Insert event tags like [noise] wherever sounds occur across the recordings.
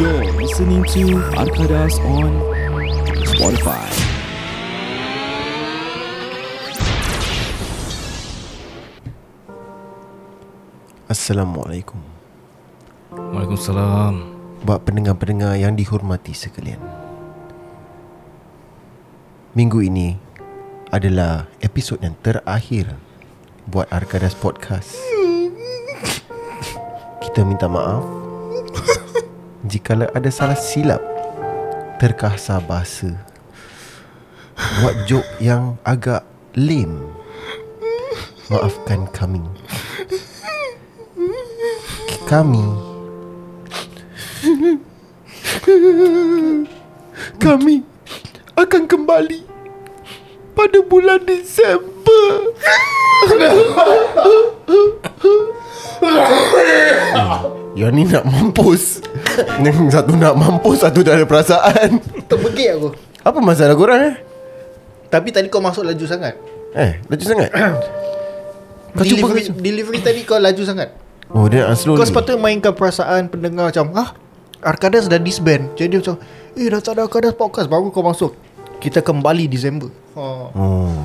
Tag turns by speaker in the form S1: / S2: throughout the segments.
S1: You're listening to Arkadas on Spotify.
S2: Assalamualaikum
S3: Waalaikumsalam
S2: Buat pendengar-pendengar yang dihormati sekalian Minggu ini adalah episod yang terakhir Buat Arkadas Podcast Kita minta maaf [laughs] Jikala ada salah silap Terkasar bahasa Buat jok yang agak lame Maafkan kami Kami Kami akan kembali pada bulan Disember. Yang Ya, ni nak mampus Yang satu nak mampus Satu tak ada perasaan
S4: Terbegik aku
S2: Apa masalah korang eh?
S4: Tapi tadi kau masuk laju sangat
S2: Eh, laju sangat Kau cuba
S4: delivery, delivery tadi kau laju sangat
S2: Oh, dia nak slow
S4: Kau
S2: ni.
S4: sepatutnya mainkan perasaan pendengar macam Ah, Arkadas dah disband Jadi macam Eh dah tak ada Arkadas podcast Baru kau masuk Kita kembali Disember oh.
S2: Oh.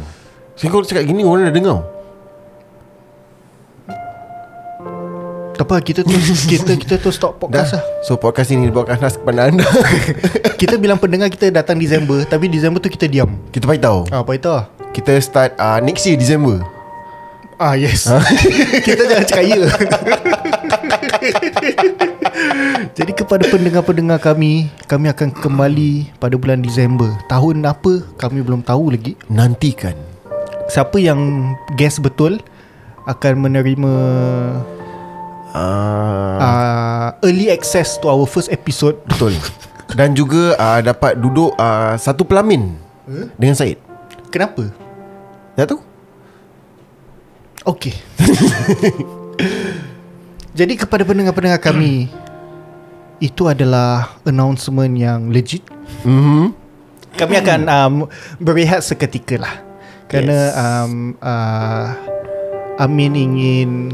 S2: Sekarang kau cakap gini orang dah dengar.
S4: Tak apa kita terus Kita kita terus stop
S2: Dah.
S4: podcast lah
S2: So podcast ini dibawakan khas kepada anda. [laughs]
S4: Kita bilang pendengar kita datang Disember Tapi Disember tu kita diam
S2: Kita bagi tahu.
S4: Ah, apa itu lah
S2: Kita start uh, next year December.
S4: Ah yes [laughs] Kita jangan cakap ya [laughs] Jadi kepada pendengar-pendengar kami Kami akan kembali pada bulan Disember Tahun apa kami belum tahu lagi
S2: Nantikan
S4: Siapa yang guess betul Akan menerima
S2: uh,
S4: uh, Early access to our first episode
S2: Betul Dan juga uh, dapat duduk uh, Satu pelamin huh?
S4: Eh?
S2: Dengan Syed
S4: Kenapa?
S2: Tak tahu
S4: Okay [laughs] Jadi kepada pendengar-pendengar kami Itu adalah announcement yang legit
S2: mm-hmm.
S4: Kami akan um, berehat seketika lah Kerana
S2: Yes.
S4: yes. um, uh, Amin ingin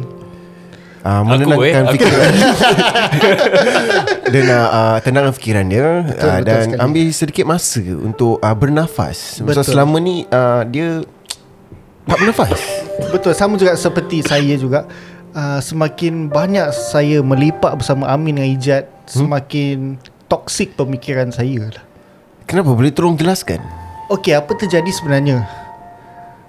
S2: uh,
S3: Aku
S2: Menenangkan
S3: eh, aku.
S2: fikiran [laughs] Dan uh, uh, tenangkan fikiran dia betul, uh,
S4: betul
S2: Dan
S4: sekali.
S2: ambil sedikit masa Untuk uh, bernafas Sebab
S4: Betul.
S2: selama ni uh, Dia Tak bernafas
S4: Betul sama juga seperti saya juga uh, Semakin banyak saya melipat bersama Amin dengan Ijat Semakin toksik pemikiran saya lah
S2: Kenapa? Boleh tolong jelaskan?
S4: Okey, apa terjadi sebenarnya?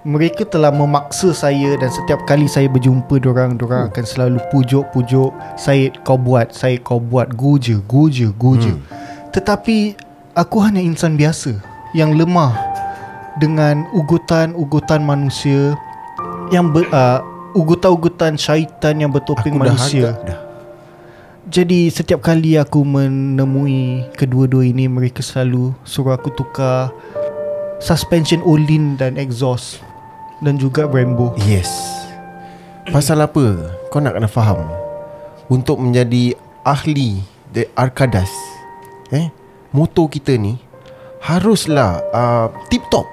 S4: Mereka telah memaksa saya dan setiap kali saya berjumpa dorang, dorang akan selalu pujuk-pujuk, Syed kau buat, Syed kau buat, gu je, gu je, gu je. Tetapi aku hanya insan biasa yang lemah dengan ugutan-ugutan manusia yang ber, uh, ugutan-ugutan syaitan yang bertopeng manusia.
S2: harap dah
S4: Jadi setiap kali aku menemui kedua-dua ini mereka selalu suruh aku tukar suspension olin dan exhaust dan juga Brembo.
S2: Yes Pasal apa? Kau nak kena faham Untuk menjadi ahli The Arkadas Eh Motor kita ni Haruslah uh, Tip top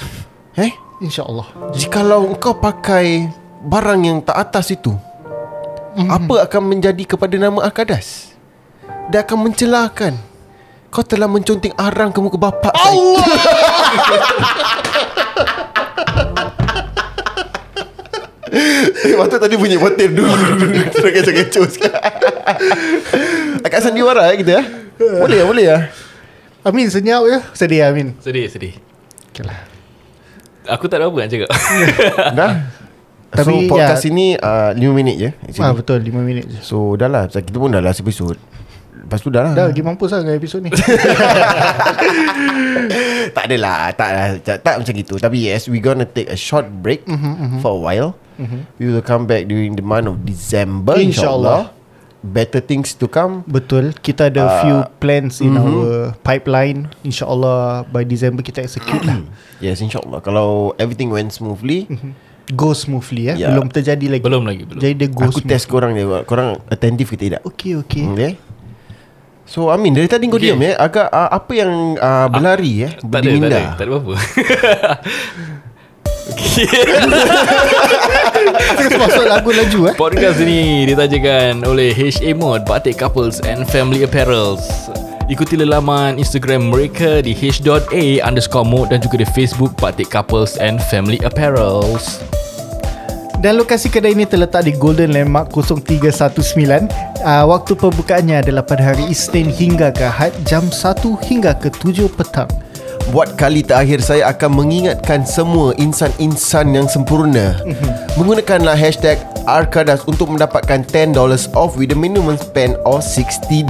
S2: [laughs] Eh
S4: Insya-Allah.
S2: Jikalau kau pakai Barang yang tak atas itu mm-hmm. Apa akan menjadi kepada nama Arkadas? Dia akan mencelahkan Kau telah menconting arang ke muka bapak Allah [laughs] Eh, waktu tadi bunyi botir [laughs] dulu Terus kecoh-kecoh sekarang Akak sandiwara eh, kita eh? Boleh lah, boleh lah
S4: Amin senyap ya. Sedih Amin.
S3: Sedih sedih
S4: Okeylah.
S3: Aku tak ada apa nak cakap
S2: Dah
S4: Tapi,
S2: So podcast
S4: ya.
S2: ini uh, 5 minit je actually.
S4: Ah betul 5 minit je.
S2: So dah lah Kita pun dah last episode Lepas tu dah lah
S4: Dah lagi mampus lah dengan episod ni.
S2: Tak adalah Tak lah tak, tak macam gitu Tapi yes We gonna take a short break mm-hmm, mm-hmm. For a while mm-hmm. We will come back During the month of December InsyaAllah
S4: Insyaallah.
S2: Better things to come
S4: [laughs] betul. Kita ada uh, few plans in mm-hmm. our pipeline. Insya-Allah by December kita execute lah.
S2: Yes insyaAllah Kalau everything went smoothly mm-hmm.
S4: Go smoothly
S2: Ya.
S4: ya. Yeah. Belum terjadi lagi.
S3: Belum lagi, belum.
S4: Jadi dia go
S2: Aku test korang dia Korang attentive ke tidak
S4: Okey okey.
S2: Okay So Amin Dari tadi kau
S3: Okay.
S2: diam eh Agak uh, apa yang uh, berlari eh
S3: [laughs] Tak Ah, ada, tak ada,
S2: Berdiminda
S3: tak ada apa-apa
S4: Terus masuk lagu laju eh
S3: Podcast ini ditajakan oleh HA Mode Batik Couples and Family Apparels Ikuti laman Instagram mereka di h.a underscore mode dan juga di Facebook Batik Couples and Family Apparels
S4: Dan lokasi kedai ini terletak di Golden Landmark 0319 uh, Waktu pembukaannya adalah pada hari Isnin hingga ke Ahad Jam 1 hingga ke 7 petang
S2: Buat kali terakhir saya akan mengingatkan semua insan-insan yang sempurna Menggunakanlah hashtag Arkadas untuk mendapatkan $10 off with a minimum spend of $60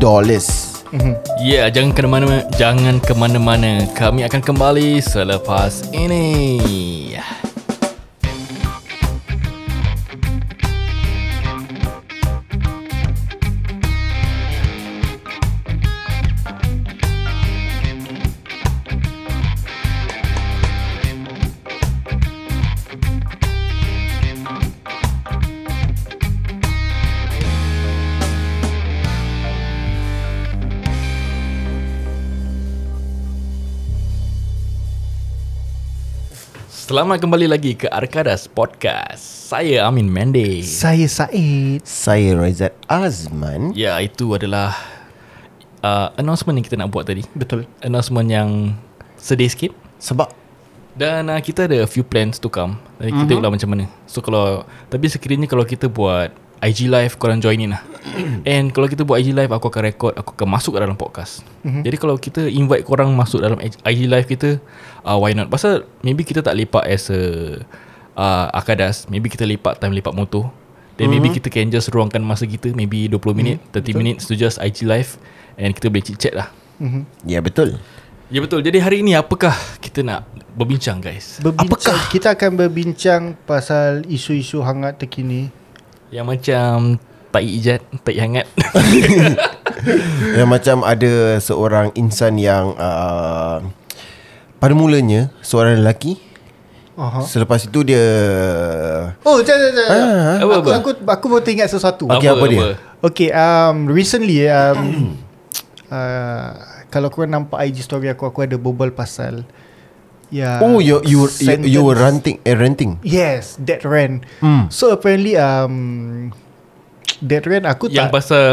S3: Ya, yeah, jangan ke mana-mana Jangan ke mana-mana Kami akan kembali selepas ini Selamat kembali lagi ke Arkadas Podcast Saya Amin Mende
S4: Saya Said
S2: Saya Razat Azman
S3: Ya, itu adalah uh, announcement yang kita nak buat tadi
S4: Betul
S3: Announcement yang sedih sikit
S2: Sebab
S3: Dan uh, kita ada a few plans to come Jadi kita tengoklah macam mana So kalau Tapi sekiranya kalau kita buat IG live korang join in lah And kalau kita buat IG live Aku akan record Aku akan masuk dalam podcast Jadi kalau kita invite korang Masuk dalam IG live kita uh, Why not Pasal maybe kita tak lepak as a uh, Akadas Maybe kita lepak time lepak motor Then maybe kita can just ruangkan masa kita Maybe 20 minit 30 minutes To just IG live And kita boleh chit chat lah
S2: Ya betul
S3: Ya betul Jadi hari ini apakah Kita nak berbincang guys
S4: Berbincang, Kita akan berbincang pasal isu-isu hangat terkini
S3: Yang macam Tai ijat Tai hangat
S2: Yang macam ada seorang insan yang uh, Pada mulanya seorang lelaki
S4: Aha.
S2: Selepas itu dia
S4: Oh, jangan, jangan, jangan.
S3: Apa,
S4: Aku,
S3: apa?
S4: aku, aku baru teringat
S2: [laughs]
S4: sesuatu
S2: Ah, Okey, apa dia?
S4: Okay, um, recently um, [clears throat] uh, kalau korang nampak IG story aku, aku ada bobol pasal ya.
S2: Oh you you you, you were
S4: sentence-
S2: ranting eh, ranting
S4: Yes, that rant.
S2: Hmm.
S4: So apparently um, that rant aku
S3: Yang
S4: tak.
S3: pasal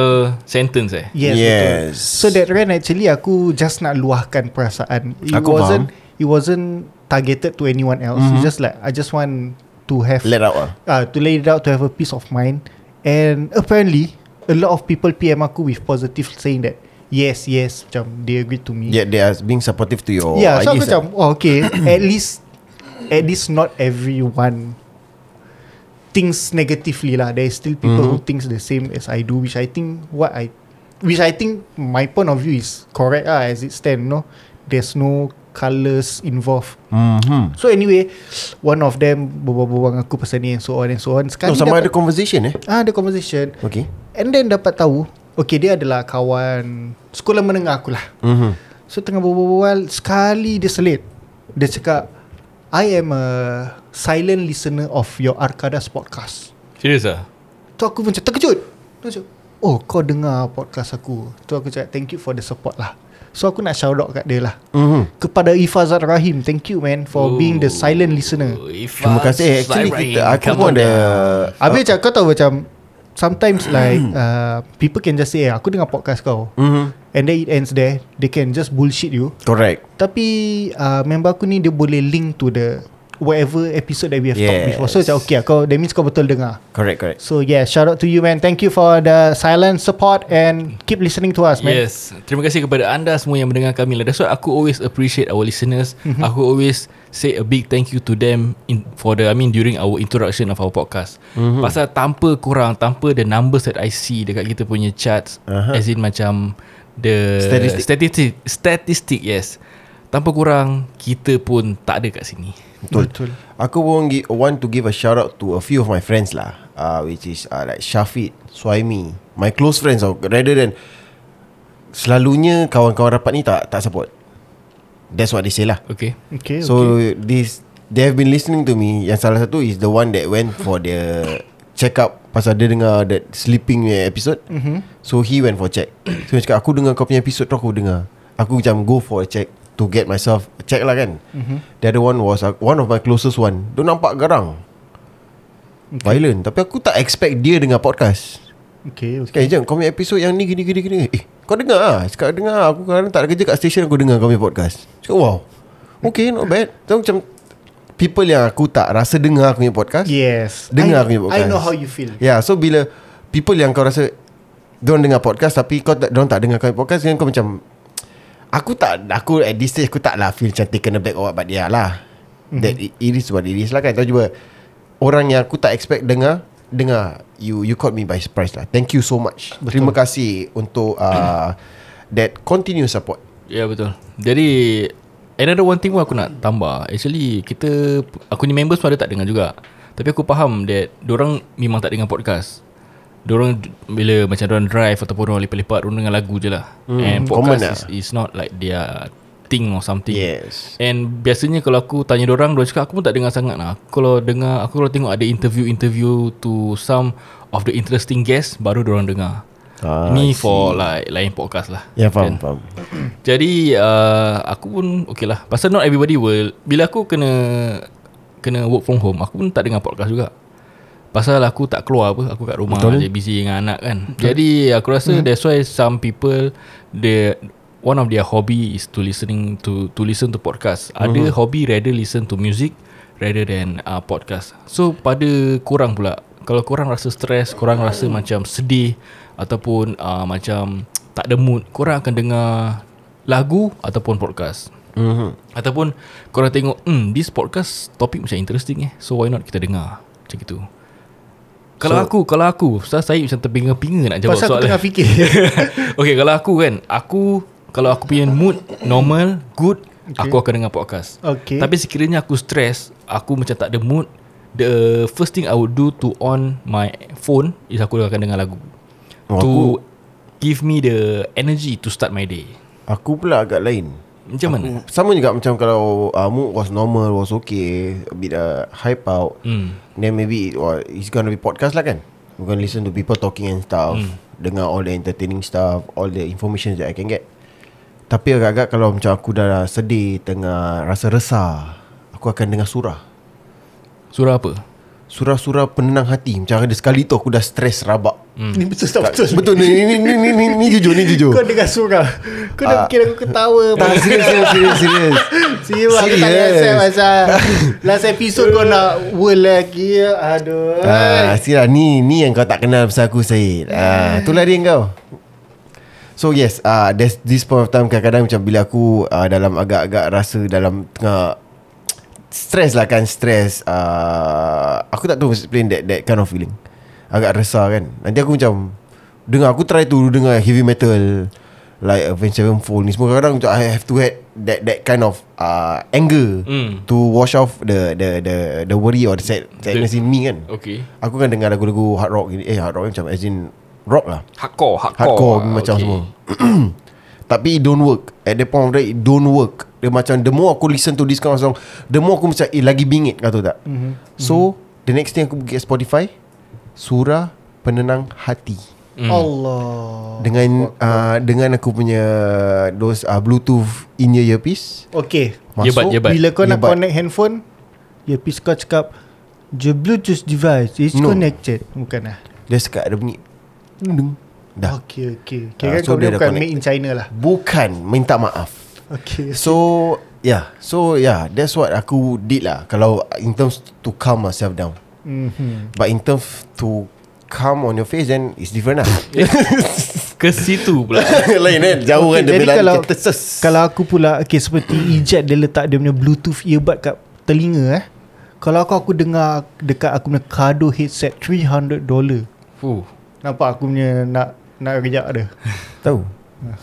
S3: Sentence eh
S4: yes.
S2: Yes.
S4: Betul. So that rant actually aku just nak luahkan perasaan. It
S2: Aku Mhm.
S4: wasn't it wasn't targeted to anyone else. It's just like I just want to have
S2: Let out lah
S4: uh, to lay it out to have a peace of mind. And apparently, a lot of people PM aku with positive saying that yes, yes, macam they agree to me.
S2: Yeah they are being supportive to your
S4: yeah.
S2: ideas
S4: So aku
S2: eh?
S4: macam oh, okay, [coughs] at least at least not everyone thinks negatively lah. There is still people who thinks the same as I do, which I think what I which I think my point of view is correct ah as it stand. No, there's no colours involved.
S2: mm-hmm.
S4: So anyway One of them Berbual-bual dengan aku pasal ni And so on and so on Sekali
S2: No Oh, sama ada
S4: dapat,
S2: conversation eh
S4: ah, ada conversation
S2: Okay
S4: And then dapat tahu Okay dia adalah kawan Sekolah menengah aku lah
S2: mm-hmm.
S4: So tengah berbual-bual Sekali dia selit Dia cakap I am a Silent listener of your Arkadas podcast
S3: Serius lah
S4: Tu aku macam terkejut Dia macam Oh kau dengar podcast aku Tu aku cakap thank you for the support lah So aku nak shout out kat dia lah
S2: Mm-hmm.
S4: Kepada Ifazat Rahim Thank you man For being the silent listener
S3: Oh,
S2: Terima kasih eh, Actually kita Aku pun ada
S3: lah.
S4: Habis macam kau tahu macam Sometimes like uh, People can just say eh, Aku dengar podcast kau
S2: mm-hmm.
S4: And then it ends there They can just bullshit you
S2: Correct
S4: Tapi uh, Member aku ni Dia boleh link to the Whatever episode that we have yes. talked
S2: Yes.
S4: before So macam okay lah, kau, That means kau betul dengar
S2: Correct correct
S4: So yeah Shout out to you man Thank you for the silent support And keep listening to us man
S3: Yes Terima kasih kepada anda semua Yang mendengar kami lah That's why aku always appreciate Our listeners
S2: Mm-hmm.
S3: Aku always Say a big thank you to them in, For the I mean during our introduction Of our podcast
S2: Mm-hmm.
S3: Pasal tanpa korang Tanpa the numbers that I see Dekat kita punya charts
S2: Aha.
S3: As in macam The
S2: Statistic.
S3: Statistic Statistic yes Tanpa korang Kita pun tak ada kat sini
S2: Betul. Betul. Aku pun gi- want to give a shout out to a few of my friends lah. Uh, which is uh, like Syafiq, Suhaimi. My close friends or rather than selalunya kawan-kawan rapat ni tak tak support. That's what they say lah.
S3: Okay
S4: Okay
S2: So this they have been listening to me. Yang salah satu is the one that went for the check up pasal dia dengar that sleeping punya episode. Mm-hmm. So he went for check. So dia cakap aku dengar kau punya episode tu aku dengar. Aku macam go for a check to to get myself check lah kan. Mm-hmm. The other one was uh, one of my closest one. Dia nampak garang. Okay. Violent Tapi aku tak expect dia dengar podcast
S4: Okay, okay.
S2: Okay, jom Eh, kau punya episod yang ni gini gini gini. Eh, kau dengar ah. Cakap dengar ah. aku kadang tak ada kerja kat station aku dengar kau punya podcast. Cakap wow. Okay, not bad. So macam people yang aku tak rasa dengar aku punya podcast.
S4: Yes.
S2: Dengar
S4: I,
S2: aku punya podcast.
S4: I know how you feel.
S2: Yeah, so bila people yang kau rasa Diorang dengar podcast tapi kau tak, diorang tak dengar kau punya podcast Dengan kau macam Aku tak, aku at this stage aku tak lah feel macam taken aback or what But yeah lah mm-hmm. That it, it is what it is lah kan Tahu cuba Orang yang aku tak expect dengar Dengar You you caught me by surprise lah Thank you so much Betul. Terima kasih untuk [clears throat] uh, That continuous support
S3: Ya yeah, betul Jadi Another one thing pun aku nak tambah Actually kita Aku ni members pun ada tak dengar juga Tapi aku faham that Diorang memang tak dengar podcast Diorang d- Bila macam diorang drive Ataupun diorang lepak-lepak Diorang dengar lagu je lah mm, And
S2: common
S3: podcast
S2: lah.
S3: is, is not like their Thing or something
S2: Yes.
S3: And biasanya kalau aku tanya diorang Diorang cakap aku pun tak dengar sangat lah Aku Kalau dengar Aku kalau tengok ada interview-interview To some of the interesting guests Baru diorang dengar
S2: Ah,
S3: ah, Ni for like lain podcast lah
S2: Ya yeah, faham,
S3: Kan?
S2: faham
S3: Jadi uh, aku pun okay lah Pasal not everybody will Bila aku kena Kena work from home Aku pun tak dengar podcast juga Pasal aku tak keluar apa Aku kat rumah Betul. je Busy dengan anak kan Betul. Jadi aku rasa hmm. That's why some people They One of their hobby is to listening to to listen to podcast. Ada mm-hmm. hobby rather listen to music rather than uh, podcast. So pada korang pula, kalau korang rasa stres, korang rasa macam sedih ataupun uh, macam tak ada mood, korang akan dengar lagu ataupun podcast.
S2: mm-hmm.
S4: Mhm.
S3: Ataupun korang tengok hmm, This podcast Topik macam interesting eh So why not kita dengar Macam gitu Kalau so, aku Kalau aku Ustaz Syed macam terpinga-pinga Nak jawab
S4: Pasal aku
S3: soalan
S4: tengah fikir.
S3: [laughs] Okay kalau aku kan Aku Kalau aku punya mood Normal Good okay. Aku akan dengar podcast
S4: Okay.
S3: Tapi sekiranya aku stress Aku macam tak ada mood The first thing I would do To on my phone Is aku akan dengar lagu
S2: Oh,
S3: To Give me the energy To start my day
S2: Aku pula agak lain
S3: Macam mana?
S2: Sama juga macam kalau uh, mood was normal was okay a bit uh, hype out
S3: Hmm.
S2: then maybe it, or it's gonna be podcast lah kan we're gonna listen to people talking and stuff
S4: Hmm.
S2: mm. dengar all the entertaining stuff all the information that I can get tapi agak-agak kalau macam aku dah sedih tengah rasa resah aku akan dengar surah
S3: Surah apa?
S2: surah-surah penenang hati macam ada sekali tu aku dah stres rabak
S4: [laughs] Ni betul tak betul.
S2: [laughs] betul ni ni ni ni, ni, ni jujur ni jujur
S4: [laughs] Kau dengar surah. Kau
S2: Ah.
S4: dah fikir aku ketawa.
S2: tak serius serius serius,
S4: [laughs]
S2: serius.
S4: Siapa aku tak
S2: Serious.
S4: rasa
S2: [laughs]
S4: pasal Last episode kau nak world lagi Aduh
S2: Ah, Sila ni ni yang kau tak kenal pasal aku Syed. Ah, itulah dia kau. So yes, ah uh, there's this point of time kadang-kadang macam bila aku uh, dalam agak-agak rasa dalam tengah stress lah kan stress. Uh, aku tak tahu explain that that kind of feeling. Agak resah kan. Nanti aku macam dengar aku try to dengar heavy metal like Avenged Sevenfold ni semua kadang-kadang macam I have to had that that kind of uh, anger
S3: Hmm.
S2: to wash off the the the the worry or the sad, sadness in me kan.
S3: Okay
S2: Aku kan dengar lagu-lagu hard rock gini. Eh hard rock ni macam as in rock lah.
S3: Hardcore Hardcore,
S2: Hardcore
S3: Ah,
S2: macam semua. [clears throat] Tapi it don't work. At the point of that it don't work. Dia macam the more aku listen to this kind of song, the more aku macam eh lagi bingit kau tahu tak. Mm-hmm. So the next thing aku pergi kat Spotify surah penenang hati
S4: Allah
S2: dengan uh, dengan aku punya those uh, bluetooth in ear earpiece
S4: Okay
S3: Yebat,
S2: masuk
S3: yebat. But-
S4: Bila kau nak
S2: yeah, but-
S4: connect handphone Earpiece kau cakap Your Bluetooth device is
S2: No.
S4: connected Bukan lah
S2: dia cakap ada bunyi deng dah
S4: Okay okay
S2: Ah,
S4: Kira kan
S2: so
S4: kau
S2: dia
S4: punya
S2: dah
S4: bukan
S2: connected.
S4: made in China lah
S2: bukan minta maaf
S4: Okay
S2: So yeah, so yeah, that's what aku did lah. Kalau in terms to calm myself down,
S4: mm-hmm.
S2: but in terms to calm on your face, then it's
S4: [laughs]
S2: different lah.
S3: Ya. [laughs] Ke situ pula
S2: Lain kan, jauh kan dia
S4: eh? jadi
S2: bilang
S4: kalau
S2: kita ses.
S4: Kalau aku pula Okay seperti Ijat dia letak Dia punya bluetooth earbud kat telinga eh Kalau aku aku dengar Dekat aku punya Kado headset $300
S3: Fuh.
S4: Nampak aku punya nak Nak rejak dia
S2: tahu.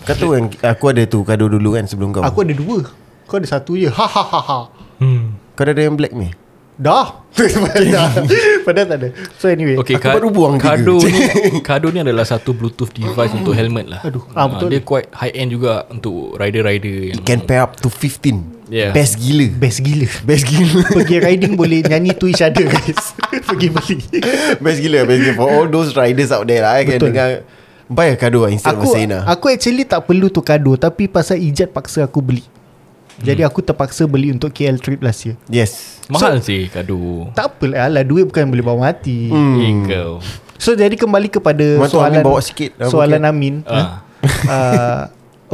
S2: Kau tahu kan aku ada tu kado dulu kan sebelum kau.
S4: Aku ada dua Kau ada satu je Ha ha ha ha
S3: hmm.
S2: Kau ada yang black ni.
S4: [laughs] Dah Padahal Padahal tak ada So anyway
S2: Eh,
S3: Okay,
S2: Aku baru buang tiga.
S3: kado ni
S2: [laughs]
S3: Kado ni adalah satu bluetooth device Untuk helmet lah
S4: Aduh, ah, betul.
S3: Dia quite high end juga Untuk rider-rider
S2: It
S3: yang
S2: can pair up to 15.
S3: Yeah.
S2: Best gila.
S4: Best gila
S2: Best gila.
S4: Pergi riding boleh nyanyi to each other guys [laughs] Pergi beli
S2: [laughs] best gila, best gila. For all those riders out there lah. I can
S4: Betul.
S2: dengar. Buy a kado lah instead
S4: Aku
S2: of a Sena.
S4: aku actually tak perlu tu kado Tapi pasal ijat paksa aku beli Jadi aku terpaksa beli untuk KL trip last year
S2: Yes
S3: Mahal sih kado
S4: Tak apalah lah Duit bukan boleh bawa mati
S3: hmm. Eh kau
S4: So jadi kembali kepada
S2: Mak Tok
S4: soalan
S2: Amin bawa sikit lah,
S4: Soalan
S2: mungkin.
S4: Amin
S3: Ah.
S4: uh,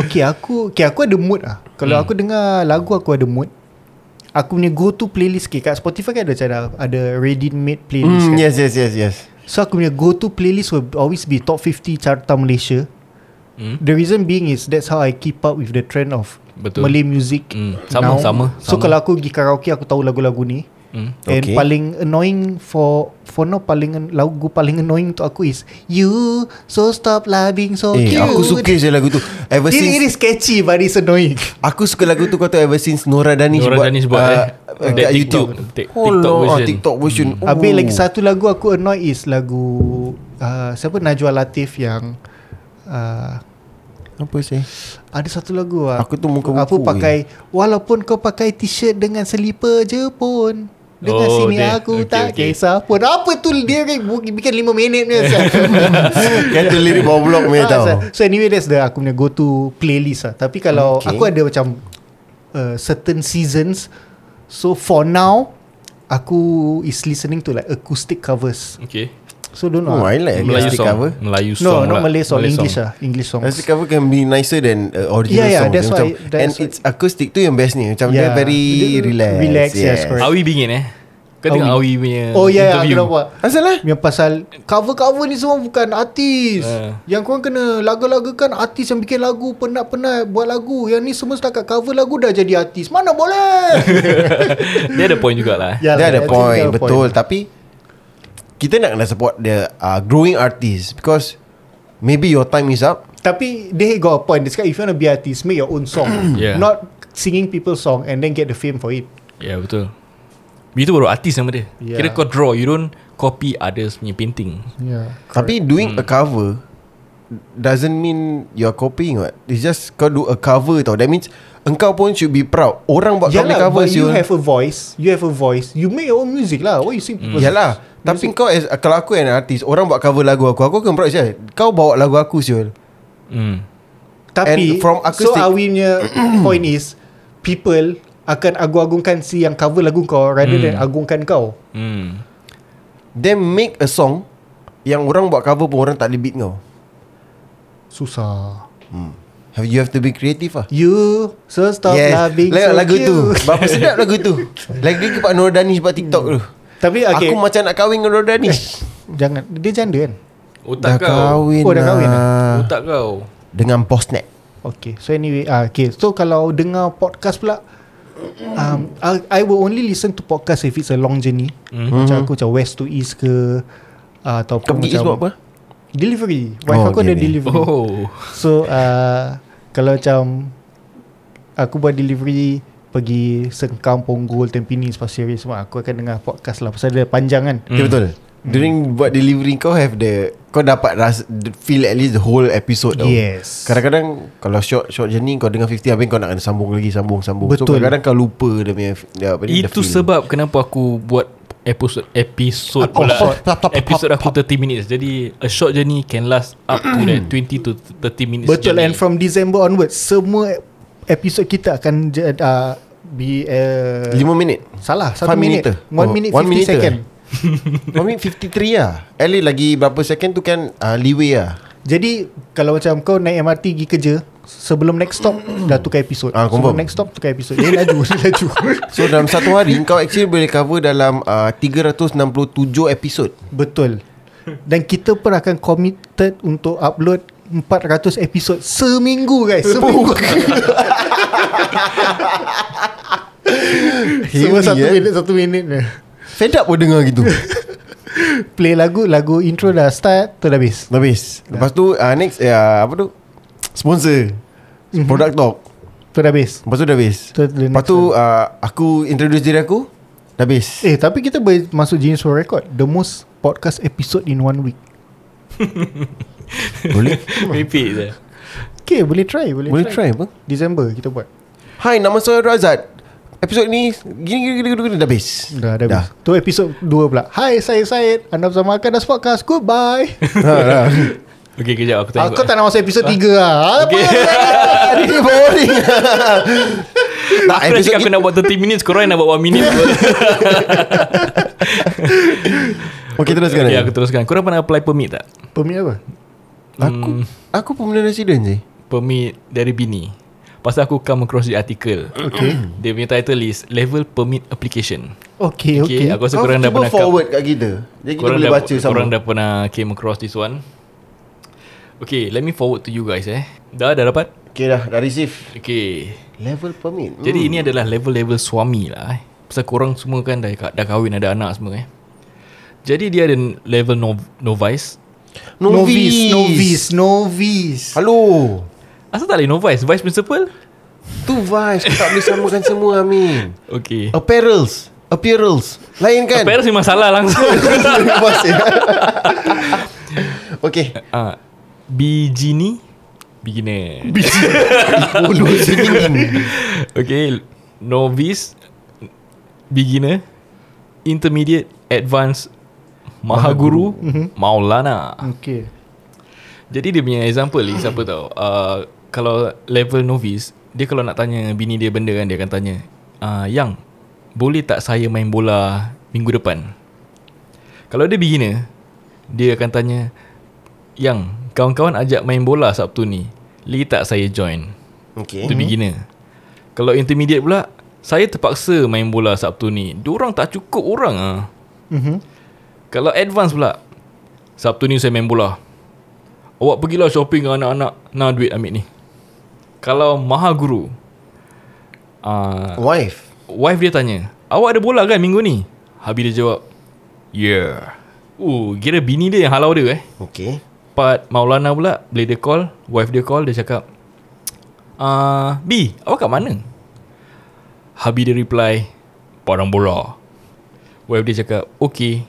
S4: Okay aku Okay aku ada mood lah Kalau aku dengar lagu aku ada mood Aku punya go to playlist okay, Kat Spotify kan ada cara Ada ready made playlist
S2: mm,
S4: kan
S2: Yes yes yes yes
S4: So aku punya go to playlist Will always be top 50 carta Malaysia
S3: Hmm.
S4: The reason being is That's how I keep up with the trend of
S3: Betul.
S4: Malay music
S3: Hmm.
S4: now.
S3: Sama, sama,
S4: So
S3: sama.
S4: kalau aku pergi karaoke Aku tahu lagu-lagu ni
S3: Hmm.
S4: And
S2: Okay.
S4: paling annoying for for now paling an- lagu paling annoying untuk aku is you so stop loving
S2: Eh
S4: so Oh, cute.
S2: aku suka je lagu tu Ever
S4: It, it
S2: since
S4: is catchy but it's
S2: [laughs]
S4: annoying.
S2: Aku suka lagu tu kau tahu Ever since Nora Danish
S3: Nora
S2: buat
S3: Danish buat,
S2: uh,
S3: eh. That
S2: Kat
S3: TikTok-
S2: YouTube
S3: Tik-
S2: Oh,
S3: TikTok
S2: lah,
S3: version.
S2: TikTok version
S4: Oh. Habis lagi satu lagu aku annoy is lagu uh, siapa Najwa Latif yang uh,
S2: Apa sih
S4: ada satu lagu lah.
S2: Aku tu muka
S4: Aku
S2: buku,
S4: pakai Walaupun kau pakai t-shirt dengan selipar je pun Dengan
S3: Oh,
S4: oh, sini
S3: dia-
S4: aku
S3: okay,
S4: okay, tak
S3: okay.
S4: okay. kisah pun Apa tu lirik Bikin 5 minit ni
S2: [laughs] [laughs] Kan tu lirik bawah blok punya
S4: Ah,
S2: tau
S4: So, so anyway that's the aku punya go to playlist lah. Tapi kalau
S2: Okay.
S4: okay. aku ada macam uh, certain seasons. So for now aku is listening to like acoustic covers.
S3: Okay
S4: So don't know.
S2: Oh I
S4: lah.
S2: like
S3: Melayu
S2: acoustic
S3: song
S2: cover
S3: Melayu
S4: no,
S3: song
S4: not
S3: lah.
S4: Malay song, English
S3: song.
S4: lah, English songs.
S2: Acoustic cover can be nicer than uh, original
S4: Yeah, yeah,
S2: song
S4: that's
S2: Dia
S4: why-
S2: macam,
S4: that's
S2: And
S4: why-
S2: it's acoustic tu yang best ni Macam dia
S4: Yeah.
S2: very
S4: Dia-
S2: relax
S4: relax, yes, correct.
S3: Awi bingit eh Kau tengok Awi punya
S4: lah. Oh yeah, yeah, aku
S3: interview
S4: nampak.
S2: Asal lah
S4: Yang pasal cover-cover ni semua bukan artis.
S3: Ah.
S4: Uh. Yang korang kena lagu-lagakan artis yang bikin lagu, penat-penat buat lagu. Yang ni semua setakat cover lagu dah jadi artis. Mana boleh?
S3: [laughs] Dia ada point jugalah yeah.
S4: Yeah,
S2: [laughs] Dia ada
S4: I think
S2: point
S4: dia ada
S2: Betul Tapi Kita nak kena support The uh, growing artist Because Maybe your time is up
S4: Tapi they got a point. They cakap if you want to be artist, make your own
S2: [coughs]
S4: song.
S3: Yeah.
S4: Not singing people's song and then get the fame for it.
S3: yeah Ya, betul Itu baru artis nama dia
S4: Yeah.
S3: Kira kau draw You don't copy others punya painting
S4: Yeah.
S2: Tapi doing hmm. a cover Doesn't mean You're copying what It's just Kau do a cover tau That means Engkau pun should be proud Orang buat kau punya
S4: Yalah,
S2: cover
S4: but you
S2: siul.
S4: have a voice. You have a voice. You make your own music lah. Why you sing people's
S2: Yalah Tapi kau as, Kalau aku an artist Orang buat cover lagu aku Aku akan proud siul Kau bawa lagu aku siul
S3: hmm.
S4: Tapi
S2: And from
S4: So
S2: acoustic- [clears throat]
S4: Awi punya point is people akan agung-agungkan si yang cover lagu kau rather than agungkan kau.
S3: Hmm.
S2: Then make a song Yang orang buat cover pun Orang tak boleh beat kau
S4: Susah.
S2: Have- You have to be creative lah
S4: You so stop
S2: Yes
S4: loving
S2: lagu,
S4: so
S2: lagu
S4: cute. [laughs]
S2: tu [laughs] Berapa sedap lagu tu Lagi lagi Pak Nur Danish buat TikTok tu
S4: Tapi okay,
S2: Aku macam nak kahwin dengan Nur Danish
S4: jangan dia janda kan.
S3: Otak kau
S4: Oh, dah kahwin
S2: lah.
S3: Otak kau
S2: Dengan Bosnet
S4: Okay So anyway ah, Okay So kalau dengar podcast pula um, I, I will only listen to podcast If it's a long journey mm-hmm. Macam aku macam west to east ke uh,
S2: Kau
S4: Ataupun
S2: pergi East
S4: macam
S2: buat apa?
S4: Delivery Wife
S2: Oh,
S4: oh, aku
S2: okay,
S4: ada
S2: okay.
S4: delivery oh.
S3: Oh
S4: So uh, Kalau macam Aku buat delivery Pergi Sengkang, Punggol, Tempinis, Pasir Ris semua Aku akan dengar podcast lah Pasal dia panjang kan
S2: Okay, Ya, betul During buat delivery kau have the Kau dapat ras, feel at least the whole episode tau
S4: Yes.
S2: Kadang-kadang kalau short short journey kau dengar 50 Habis kau nak kena sambung lagi sambung-sambung So
S4: Betul.
S2: kadang-kadang kau lupa dia punya dia, apa ni,
S3: Itu
S2: the feel.
S3: sebab kenapa aku buat episode episode
S2: Apa?
S3: pula.
S2: Pop, pop, pop, pop,
S3: Episode aku 30 minutes. Jadi a short journey can last up to that 20 to 30 minutes.
S4: Betul lah,
S3: journey.
S4: and from December onwards Semua episode kita akan je- uh, Be uh,
S2: Lima minit
S4: Salah
S2: Five
S4: Satu minit
S2: minute. Oh,
S4: One minute
S2: one
S4: fifty
S2: minute ke? [laughs]
S4: second
S2: Mami 53 lah At least lagi berapa second tu kan uh, Leeway lah
S4: Jadi Kalau macam kau naik MRT Pergi kerja Sebelum next stop Dah tukar episod
S2: Ah, confirm.
S4: Sebelum next stop Tukar episod Dia laju [laughs] Dia laju
S2: So dalam satu hari Kau actually boleh cover dalam uh, 367 episod
S4: Betul Dan kita pun akan committed Untuk upload 400 episod Seminggu guys Seminggu [laughs] Semua
S2: Heavy,
S4: satu
S2: eh?
S4: minit Satu minit je.
S2: Fed up pun dengar gitu [laughs]
S4: Play lagu Lagu intro dah start Tu dah habis
S2: Habis Lepas tu uh, next uh, Apa tu Sponsor Product talk
S4: Tu dah habis
S2: Lepas tu dah habis
S4: Tu the
S2: Lepas
S4: next
S2: tu uh, Aku introduce diri aku Dah habis
S4: Eh tapi kita boleh Masuk Guinness World Record The most podcast episode In one week
S2: Boleh
S3: [laughs] repeat je.
S4: Okay boleh try Boleh,
S2: [laughs] Boleh try apa
S4: December kita buat
S2: Hai nama saya Razat Episod ni Gini gini gini gini, gini Dah habis [laughs]
S4: Dah dah, dah. Tu episod 2 pula Hai saya Syed Anda bersama Akadas Podcast [laughs] Goodbye
S2: ha, dah.
S3: Okay, kejap aku
S4: Ah,
S3: tengok.
S4: [laughs] Aku tak nak masuk episod 3 lah
S2: [laughs]
S4: Apa
S3: Okay.
S4: yang ada?
S2: Ini boring Nah,
S3: Aku dah
S2: episode
S3: cakap aku
S2: kita,
S3: nak buat 30 minutes Korang nak buat 1 minute
S2: okay, teruskan. Okay,
S3: Okay Ya, aku teruskan Korang pernah apply permit tak?
S4: Permit apa?
S2: aku,
S3: Hmm.
S2: aku permanent resident je.
S3: Permit dari bini Pasal aku come across the article Okay Dia punya title is Level Permit Application
S4: Okay, okay.
S3: Okay, aku rasa korang dah
S2: Eh, cuba
S3: pernah
S2: forward kat kita. Jadi kita
S3: korang
S2: boleh
S3: dah,
S2: baca sama.
S3: Korang dah pernah came across this one Okay let me forward to you guys eh Dah dah dapat?
S2: Okay dah, dah receive.
S3: Okay
S2: Level permit.
S3: Jadi ini adalah level-level suami lah eh. Pasal korang semua kan dah, dah kahwin ada anak semua eh. Jadi dia ada level nov, novice.
S2: Novice.
S4: Novice, novice.
S2: Hello.
S3: Asal tak boleh novice? Vice principal?
S2: Tu vice. Kau tak boleh samakan semua, Amin.
S3: Okay.
S2: Apparels. Appearals. Lain kan? [laughs]
S3: Parents ni masalah langsung. [laughs]
S2: okay.
S3: ah, bigini? Beginner.
S2: Bulu sini.
S3: okay. Novice. Beginner. Intermediate. Advanced. Mahaguru. Mm-hmm. Maulana.
S4: Okay.
S3: Jadi dia punya example ni siapa tau uh, Kalau level novice Dia kalau nak tanya bini dia benda kan Dia akan tanya uh, Yang Boleh tak saya main bola minggu depan? Kalau dia beginner Dia akan tanya Yang Kawan-kawan ajak main bola Sabtu ni Boleh tak saya join?
S2: Okay.
S3: Itu beginner Kalau intermediate pula Saya terpaksa main bola Sabtu ni Diorang tak cukup orang ah.
S4: Mm-hmm.
S3: Kalau advance pula Sabtu ni saya main bola Awak pergilah shopping dengan anak-anak Nah duit ambil ni Kalau maha guru uh,
S2: Wife.
S3: Wife dia tanya Awak ada bola kan minggu ni? Habis dia jawab Yeah Uh, kira bini dia yang halau dia eh
S2: Okay.
S3: Part Maulana pula Bila dia call Wife dia call Dia cakap uh, B Awak kat mana? Habi dia reply Padang bola Wife dia cakap Okay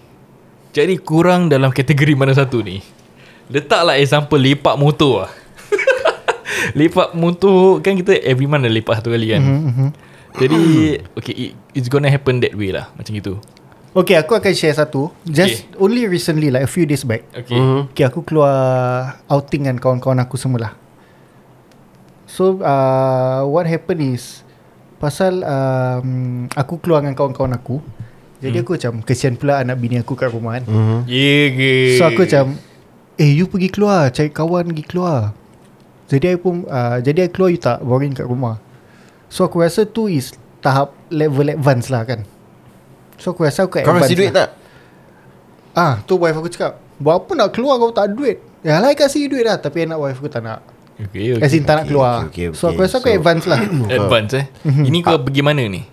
S3: Jadi kurang dalam kategori mana satu ni Letaklah example Lepak motor lah [laughs] Lepak motor Kan kita every month dah lepak satu kali kan
S4: Mhm,
S3: mm-hmm. Jadi Okay it, It's gonna happen that way lah Macam gitu
S4: Okay, aku akan share satu. Just okay. only recently, like a few days back.
S3: Okay
S2: Mhm.
S3: mm-hmm.
S4: Okay, aku keluar outing dengan kawan-kawan aku semualah. So, uh, what happened is, pasal um, aku keluar dengan kawan-kawan aku, jadi
S3: Hmm.
S4: aku macam, kesian pula anak bini aku kat rumah kan.
S2: Mhm.
S3: Yeah ke
S4: So aku macam Eh you pergi keluar Cari kawan pergi keluar Jadi I pun uh, Jadi I keluar you tak Boring kat rumah So aku rasa tu is Tahap level advance lah kan So aku rasa aku
S2: Kau
S4: advance
S2: kasih duit
S4: lah.
S2: tak?
S4: Ah, tu wife aku cakap Buat apa nak keluar kau tak ada duit Ya lah I kasih you duit lah Tapi anak wife aku tak nak okay,
S3: Okay, okay.
S4: As in tak nak
S2: okay,
S4: keluar
S2: okay, okay,
S4: So aku rasa
S2: so-
S4: aku advance
S2: [coughs]
S4: lah
S3: Advance eh
S2: Mhm.
S3: Ini kau pergi mana ni?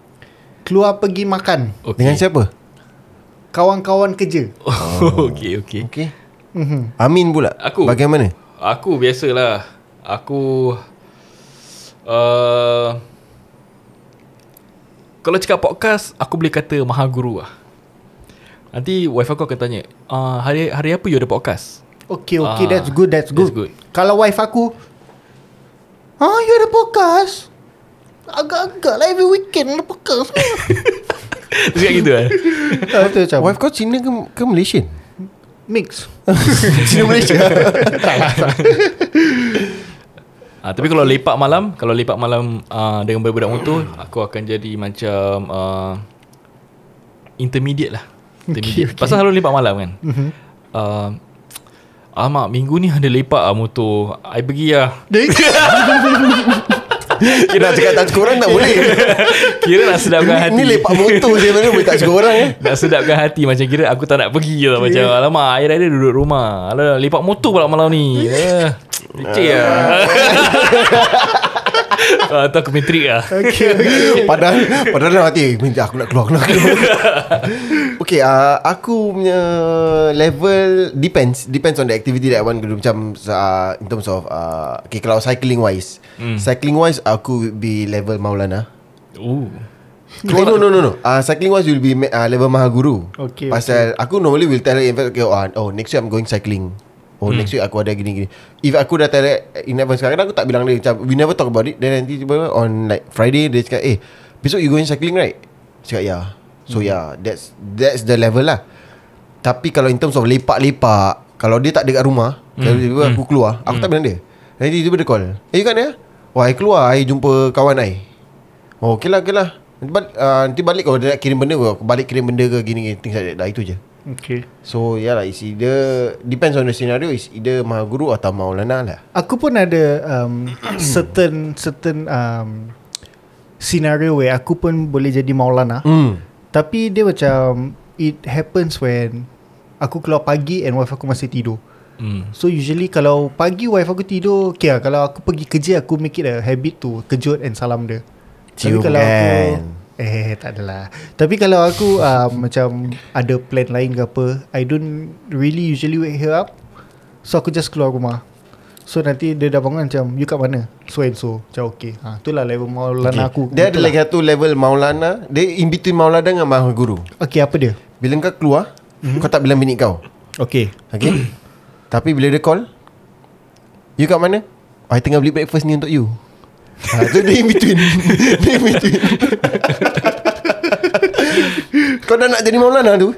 S4: Keluar pergi makan
S3: Okay.
S2: Ah. Dengan
S3: [laughs]
S2: siapa?
S4: Kawan-kawan kerja
S3: Oh, okay, okay.
S2: Okay.
S4: Mhm.
S2: Amin pula.
S3: Aku?
S2: Bagaimana?
S3: Aku biasalah. Aku uh, kalau cakap podcast, aku boleh kata maha guru lah. Nanti wife aku akan tanya, uh, hari hari apa you ada podcast? [laughs]
S4: Okay okay
S3: Ah,
S4: that's good that's good.
S3: that's good.
S4: Kalau wife aku Ah you ada podcast Agak-agak lah every weekend ada podcast
S2: [laughs]
S3: Dia Cakap gitu kan?
S4: Ah, Itu macam
S2: Wife kau Cina ke, ke Malaysian?
S4: Mix
S2: Cina Malaysia.
S3: Ah, tapi kalau lepak malam, kalau lepak malam uh, dengan budak-budak motor, aku akan jadi macam uh, intermediate lah. Intermediate. Okay, okay. Pasal selalu lepak malam kan. Mm-hmm. Uh, ah mak, minggu ni ada lepak ah motor. I pergi lah.
S2: [laughs] Kira nak cakap tak cukup orang tak boleh.
S3: Kira nak sedapkan hati.
S2: Ni lepak motor je mana boleh tak cukup orang eh.
S3: Nak sedapkan hati Macam kira aku tak nak pergi lah Macam alamak Air ada duduk rumah Alah lepak motor pula malam ni Eh, Licik lah
S2: [laughs]
S3: Ah, tu aku metrik lah
S4: [laughs] Okay, okay.
S2: [laughs] Padahal Padahal dalam hati eh, minta Aku nak keluar Aku nak keluar Okay uh, Aku punya Level Depends Depends on the activity That I want to do Macam uh, In terms of uh, Okay kalau cycling wise mm. Cycling wise Aku would be level Maulana
S3: Ooh.
S2: No no no no, no. Uh, cycling wise will be uh, level Mahaguru
S4: Okay,
S2: Pasal okay. aku normally will tell her In fact okay, oh, ah, oh next week I'm going cycling Oh hmm. next week aku ada gini gini If aku dah tell her In advance Kadang aku tak bilang dia Macam we never talk about it Then nanti tiba on like Friday Dia cakap eh Besok you going cycling right Cakap yeah So hmm. yeah That's that's the level lah Tapi kalau in terms of lepak-lepak Kalau dia tak dekat rumah hmm. Kalau tiba aku keluar kan, ya?" Aku tak bilang dia Nanti tiba dia call Eh you kat mana? Wah I keluar I jumpa kawan I Oh okay lah okay lah Nanti, bal- uh, nanti balik kalau dia nak kirim benda Aku balik kirim benda ke gini Things like that Dah itu je
S4: Okay
S2: So yeah lah It's either Depends on the scenario It's either Mahaguru atau Maulana lah
S4: Aku pun ada um, certain certain um, scenario where aku pun boleh jadi Maulana. Mm.
S2: Hmm
S4: Tapi dia macam it happens when aku keluar pagi and wife aku masih tidur.
S3: Hmm.
S4: So usually kalau pagi wife aku tidur, okay lah, kalau aku pergi kerja aku make it a habit to kejut and salam dia. Tapi
S2: Cium
S4: kalau
S2: kan?
S4: aku Eh tak adalah Tapi kalau aku uh, Macam Ada plan lain ke apa I don't Really usually wake her up So aku just keluar rumah So nanti dia dah bangun macam You kat mana So and so Macam okay ha, Itulah level maulana okay. aku lah.
S2: Dia ada
S4: Itulah.
S2: lagi satu level Maulana Dia in between Maulana dengan Mahaguru
S4: Okay apa dia
S2: Bila kau keluar mm-hmm. Kau tak bilang bini kau
S4: Okay
S2: Okay [coughs] Tapi bila dia call You kat mana? I tengah beli breakfast ni untuk you ha, Itu dia in between [laughs] Dia in between [laughs] Kau dah nak jadi Maulana tu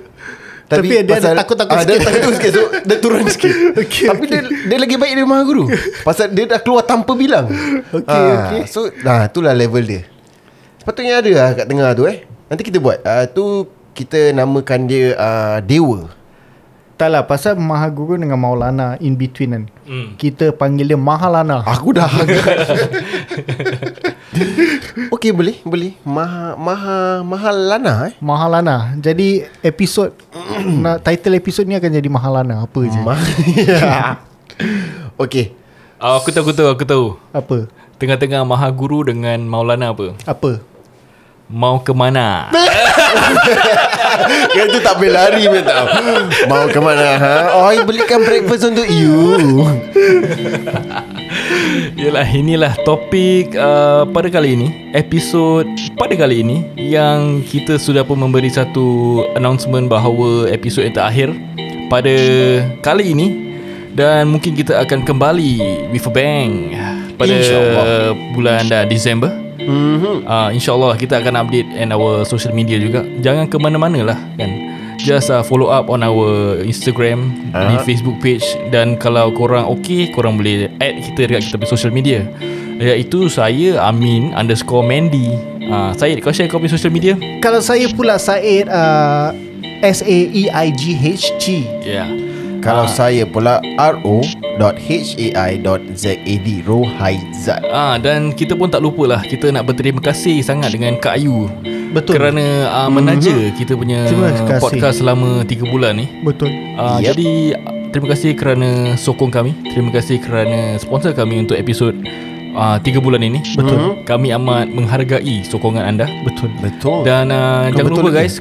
S4: Tapi dia ada
S2: ah,
S4: takut-takut
S2: dia
S4: sikit.
S2: takut sikit so, Dia turun sikit
S4: [laughs] Okay,
S2: Tapi Dia, dia lagi baik dari Maha Guru Pasal dia dah keluar tanpa bilang Ah,
S4: Okay, okay.
S2: So nah, itulah level dia Sepatutnya ada lah kat tengah tu eh Nanti kita buat uh, Tu kita namakan dia uh, Dewa
S4: Tak lah pasal Maha Guru dengan Maulana In between kan mm. Kita panggil dia Mahalana
S2: Aku dah [laughs] agak Okay boleh boleh Maha Maha Mahalana eh
S4: Mahalana Jadi episod [clears throat] nak, Title episod ni akan jadi Mahalana Apa je
S2: Ma- Ya. Okay
S3: Ah, aku tahu, aku tahu, aku tahu.
S4: [laughs] Apa
S3: Tengah-tengah Maha Guru dengan Maulana apa?
S4: Apa
S3: Mau ke mana?
S2: Kau tu tak boleh lari punya tau Mau ke mana ha? Oh belikan breakfast untuk you
S3: Yalah inilah topik uh, pada kali ini Episod pada kali ini Yang kita sudah pun memberi satu announcement bahawa episod yang terakhir Pada kali ini Dan mungkin kita akan kembali with a bang Pada bulan dah Disember mm-hmm. uh, InsyaAllah kita akan update and our social media juga Jangan ke mana-mana lah kan Just uh, follow up on our Instagram uh.
S4: Ah.
S3: Di Facebook page Dan kalau korang okay Korang boleh add kita dekat kita punya social media Iaitu saya Amin underscore Mandy uh, Syed kau share kau punya social media?
S4: Kalau saya pula Said uh, E S-A-E-I-G-H-G
S3: Ya yeah.
S2: Kalau
S4: Ha.
S2: saya pula ro.hai.zad Rohaizat
S3: Ah dan kita pun tak lupa lah kita nak berterima kasih sangat dengan Kak Ayu
S4: Betul. Mhm.
S3: kerana uh, menaja mm-hmm. kita punya
S4: Terima kasih.
S3: podcast selama 3 bulan ni.
S4: Betul
S2: Yep.
S3: Uh, yep. Jadi uh, terima kasih kerana sokong kami Terima kasih kerana sponsor kami untuk episod uh, 3 bulan ini Betul Kami amat menghargai sokongan anda
S4: Betul Oh.
S2: Betul
S3: Dan uh,
S2: Kau
S3: jangan
S2: betul
S3: lupa
S2: lagi.
S3: guys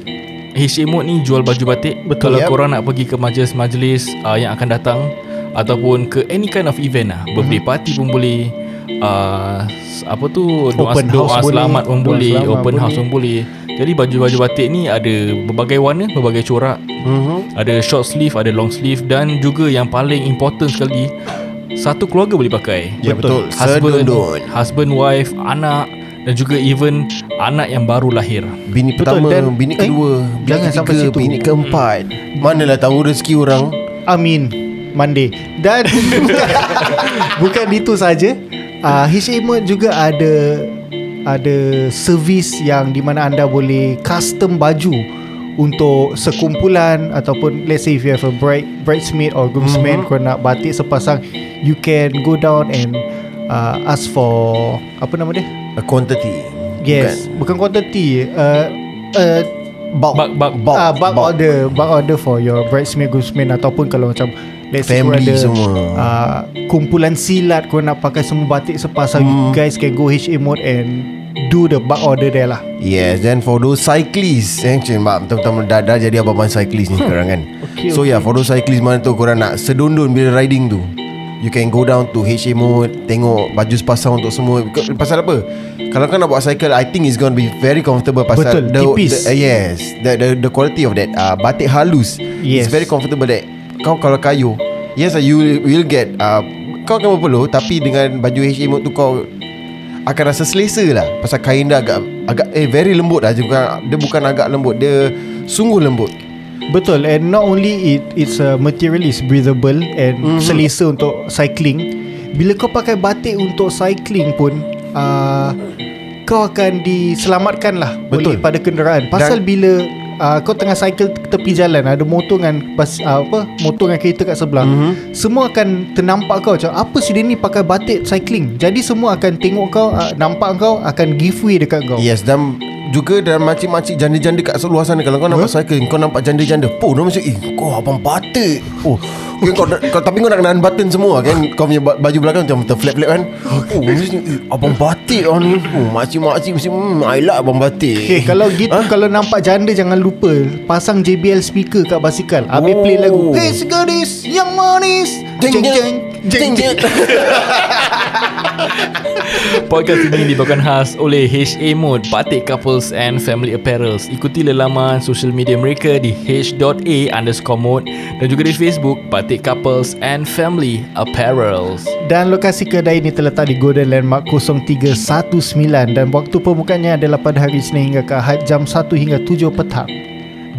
S3: HA Mode ni jual baju batik
S4: Betul.
S3: Kalau
S2: Yep.
S3: korang nak pergi ke majlis-majlis uh, yang akan datang Ataupun ke any kind of event lah
S4: Hmm.
S3: Birthday party pun boleh uh, s- Apa tu Doa,
S4: Open
S3: doa
S4: house boleh.
S3: selamat pun
S4: Doa
S3: boleh
S4: selamat
S3: Open house
S4: boleh.
S3: pun boleh Jadi baju-baju batik ni ada berbagai warna Berbagai corak
S2: Mhm.
S4: Mm-hmm.
S3: ada short sleeve, ada long sleeve dan juga yang paling important sekali satu keluarga boleh pakai.
S2: Ya, betul.
S3: Husband,
S2: Sedundun.
S3: husband, wife, anak dan juga even anak yang baru lahir.
S2: Bini
S4: Betul,
S2: pertama,
S4: dan-
S2: bini
S4: eh,
S2: kedua, bini
S4: jangan
S2: ketiga,
S4: sampai situ.
S2: bini keempat. Manalah tahu rezeki orang.
S4: Amin Monday Dan [laughs] Bukan itu saja uh, HMO juga ada Ada servis yang di mana anda boleh custom baju untuk sekumpulan ataupun let's say if you have a bride bridesmaid or groomsman mm-hmm. kau nak batik sepasang you can go down and uh, ask for apa nama dia
S2: A quantity.
S4: Yes, bukan, bukan quantity. Uh, uh, bulk.
S3: Bulk, bulk,
S4: bulk,
S2: bulk,
S4: uh, bulk,
S2: bulk.
S4: order, bulk order for your bridesmaid, groomsmen ataupun kalau macam let's say korang
S2: Family
S4: ada
S2: semua.
S4: uh, kumpulan silat kau nak pakai semua batik sepasang you
S2: Hmm.
S4: guys can go HA mode and do the bulk order there lah.
S2: Yes, then for those cyclists eh, Cik Mak, betul-betul dah, dah jadi abang-abang cyclist ni sekarang kan okay, So yeah, for those cyclists mana tu korang nak sedondon bila riding tu You can go down to HA mode Tengok baju sepasang untuk semua Because- Pasal apa? Kalau kau nak buat cycle I think it's going to be very comfortable Pasal
S4: Betul, tipis.
S2: the, uh, Yes the, the, the quality of that uh, Batik halus It's
S4: Yes.
S2: very comfortable that Kau kalau kayu Yes, you will get uh, Kau akan berpeluh Tapi dengan baju HA mode tu kau akan rasa selesa lah pasal kain dia agak agak eh very lembut lah juga dia bukan agak lembut dia sungguh lembut
S4: Betul and not only it it's a material is breathable and
S2: Mhm.
S4: mm-hmm. selesa untuk cycling. Bila kau pakai batik untuk cycling pun uh, kau akan diselamatkan lah
S2: Betul.
S4: oleh pada kenderaan. Pasal
S2: Dan-
S4: bila uh, kau tengah cycle te- tepi jalan ada motor dengan bas, uh, apa motor dengan kereta kat sebelah. Mm-hmm.
S2: Mhm.
S4: Semua akan ternampak kau macam apa si dia ni pakai batik cycling. Jadi semua akan tengok kau, uh, nampak kau akan give way dekat kau.
S2: Yes dan juga dan makcik-makcik janda-janda kat luar sana kalau kau nampak cycle kau nampak janda-janda po dia macam eh kau abang batik oh okay, kau, nak- kau tapi kau nak kena unbutton semua kan kau punya ba- baju belakang macam terflap-flap kan oh macam, eh, abang batik ah ni oh, makcik-makcik mesti hmm, I like abang batik
S4: Okay,
S2: [laughs]
S4: kalau gitu
S2: ha?
S4: huh? kalau nampak janda jangan lupa pasang JBL speaker kat basikal. Habis oh. play lagu.
S2: Oh.
S4: Hey segaris yang manis.
S2: jeng jeng jeng jeng
S3: Podcast ini dibawakan khas oleh HA Mode Batik Couples and Family Apparels Ikuti lelaman social media mereka di h.a underscore mode Dan juga di Facebook Batik Couples and Family Apparels
S4: Dan lokasi kedai ini terletak di Golden Landmark 0319 dan waktu pembukaannya adalah pada hari Senin hingga ke Ahad jam 1 hingga 7 petang.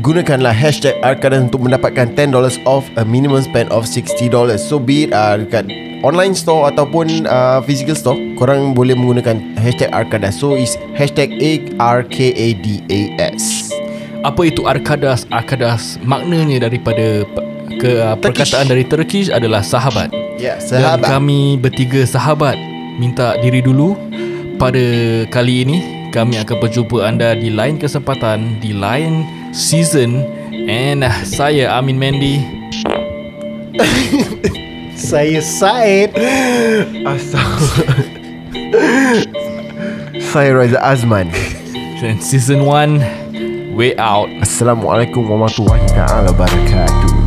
S2: Gunakanlah hashtag Arkadas untuk mendapatkan $10 off a minimum spend of $60. So be it uh, dekat online store ataupun uh, physical store, korang boleh menggunakan hashtag Arkadas. So is hashtag ARKADAS.
S3: Apa itu Arkadas? Arkadas maknanya daripada pe- ke, uh,
S2: Turkish.
S3: perkataan dari Turkish adalah sahabat
S2: Ya, yes,
S3: Dan
S2: sahabat.
S3: kami bertiga sahabat minta diri dulu pada kali ini kami akan berjumpa anda di lain kesempatan di lain season and ah, saya Amin Mendy
S4: Saya Said.
S2: Saya Raiza
S3: [laughs]
S2: Azman.
S3: dan season 1 way out
S2: Assalamualaikum warahmatullahi taala wabarakatuh.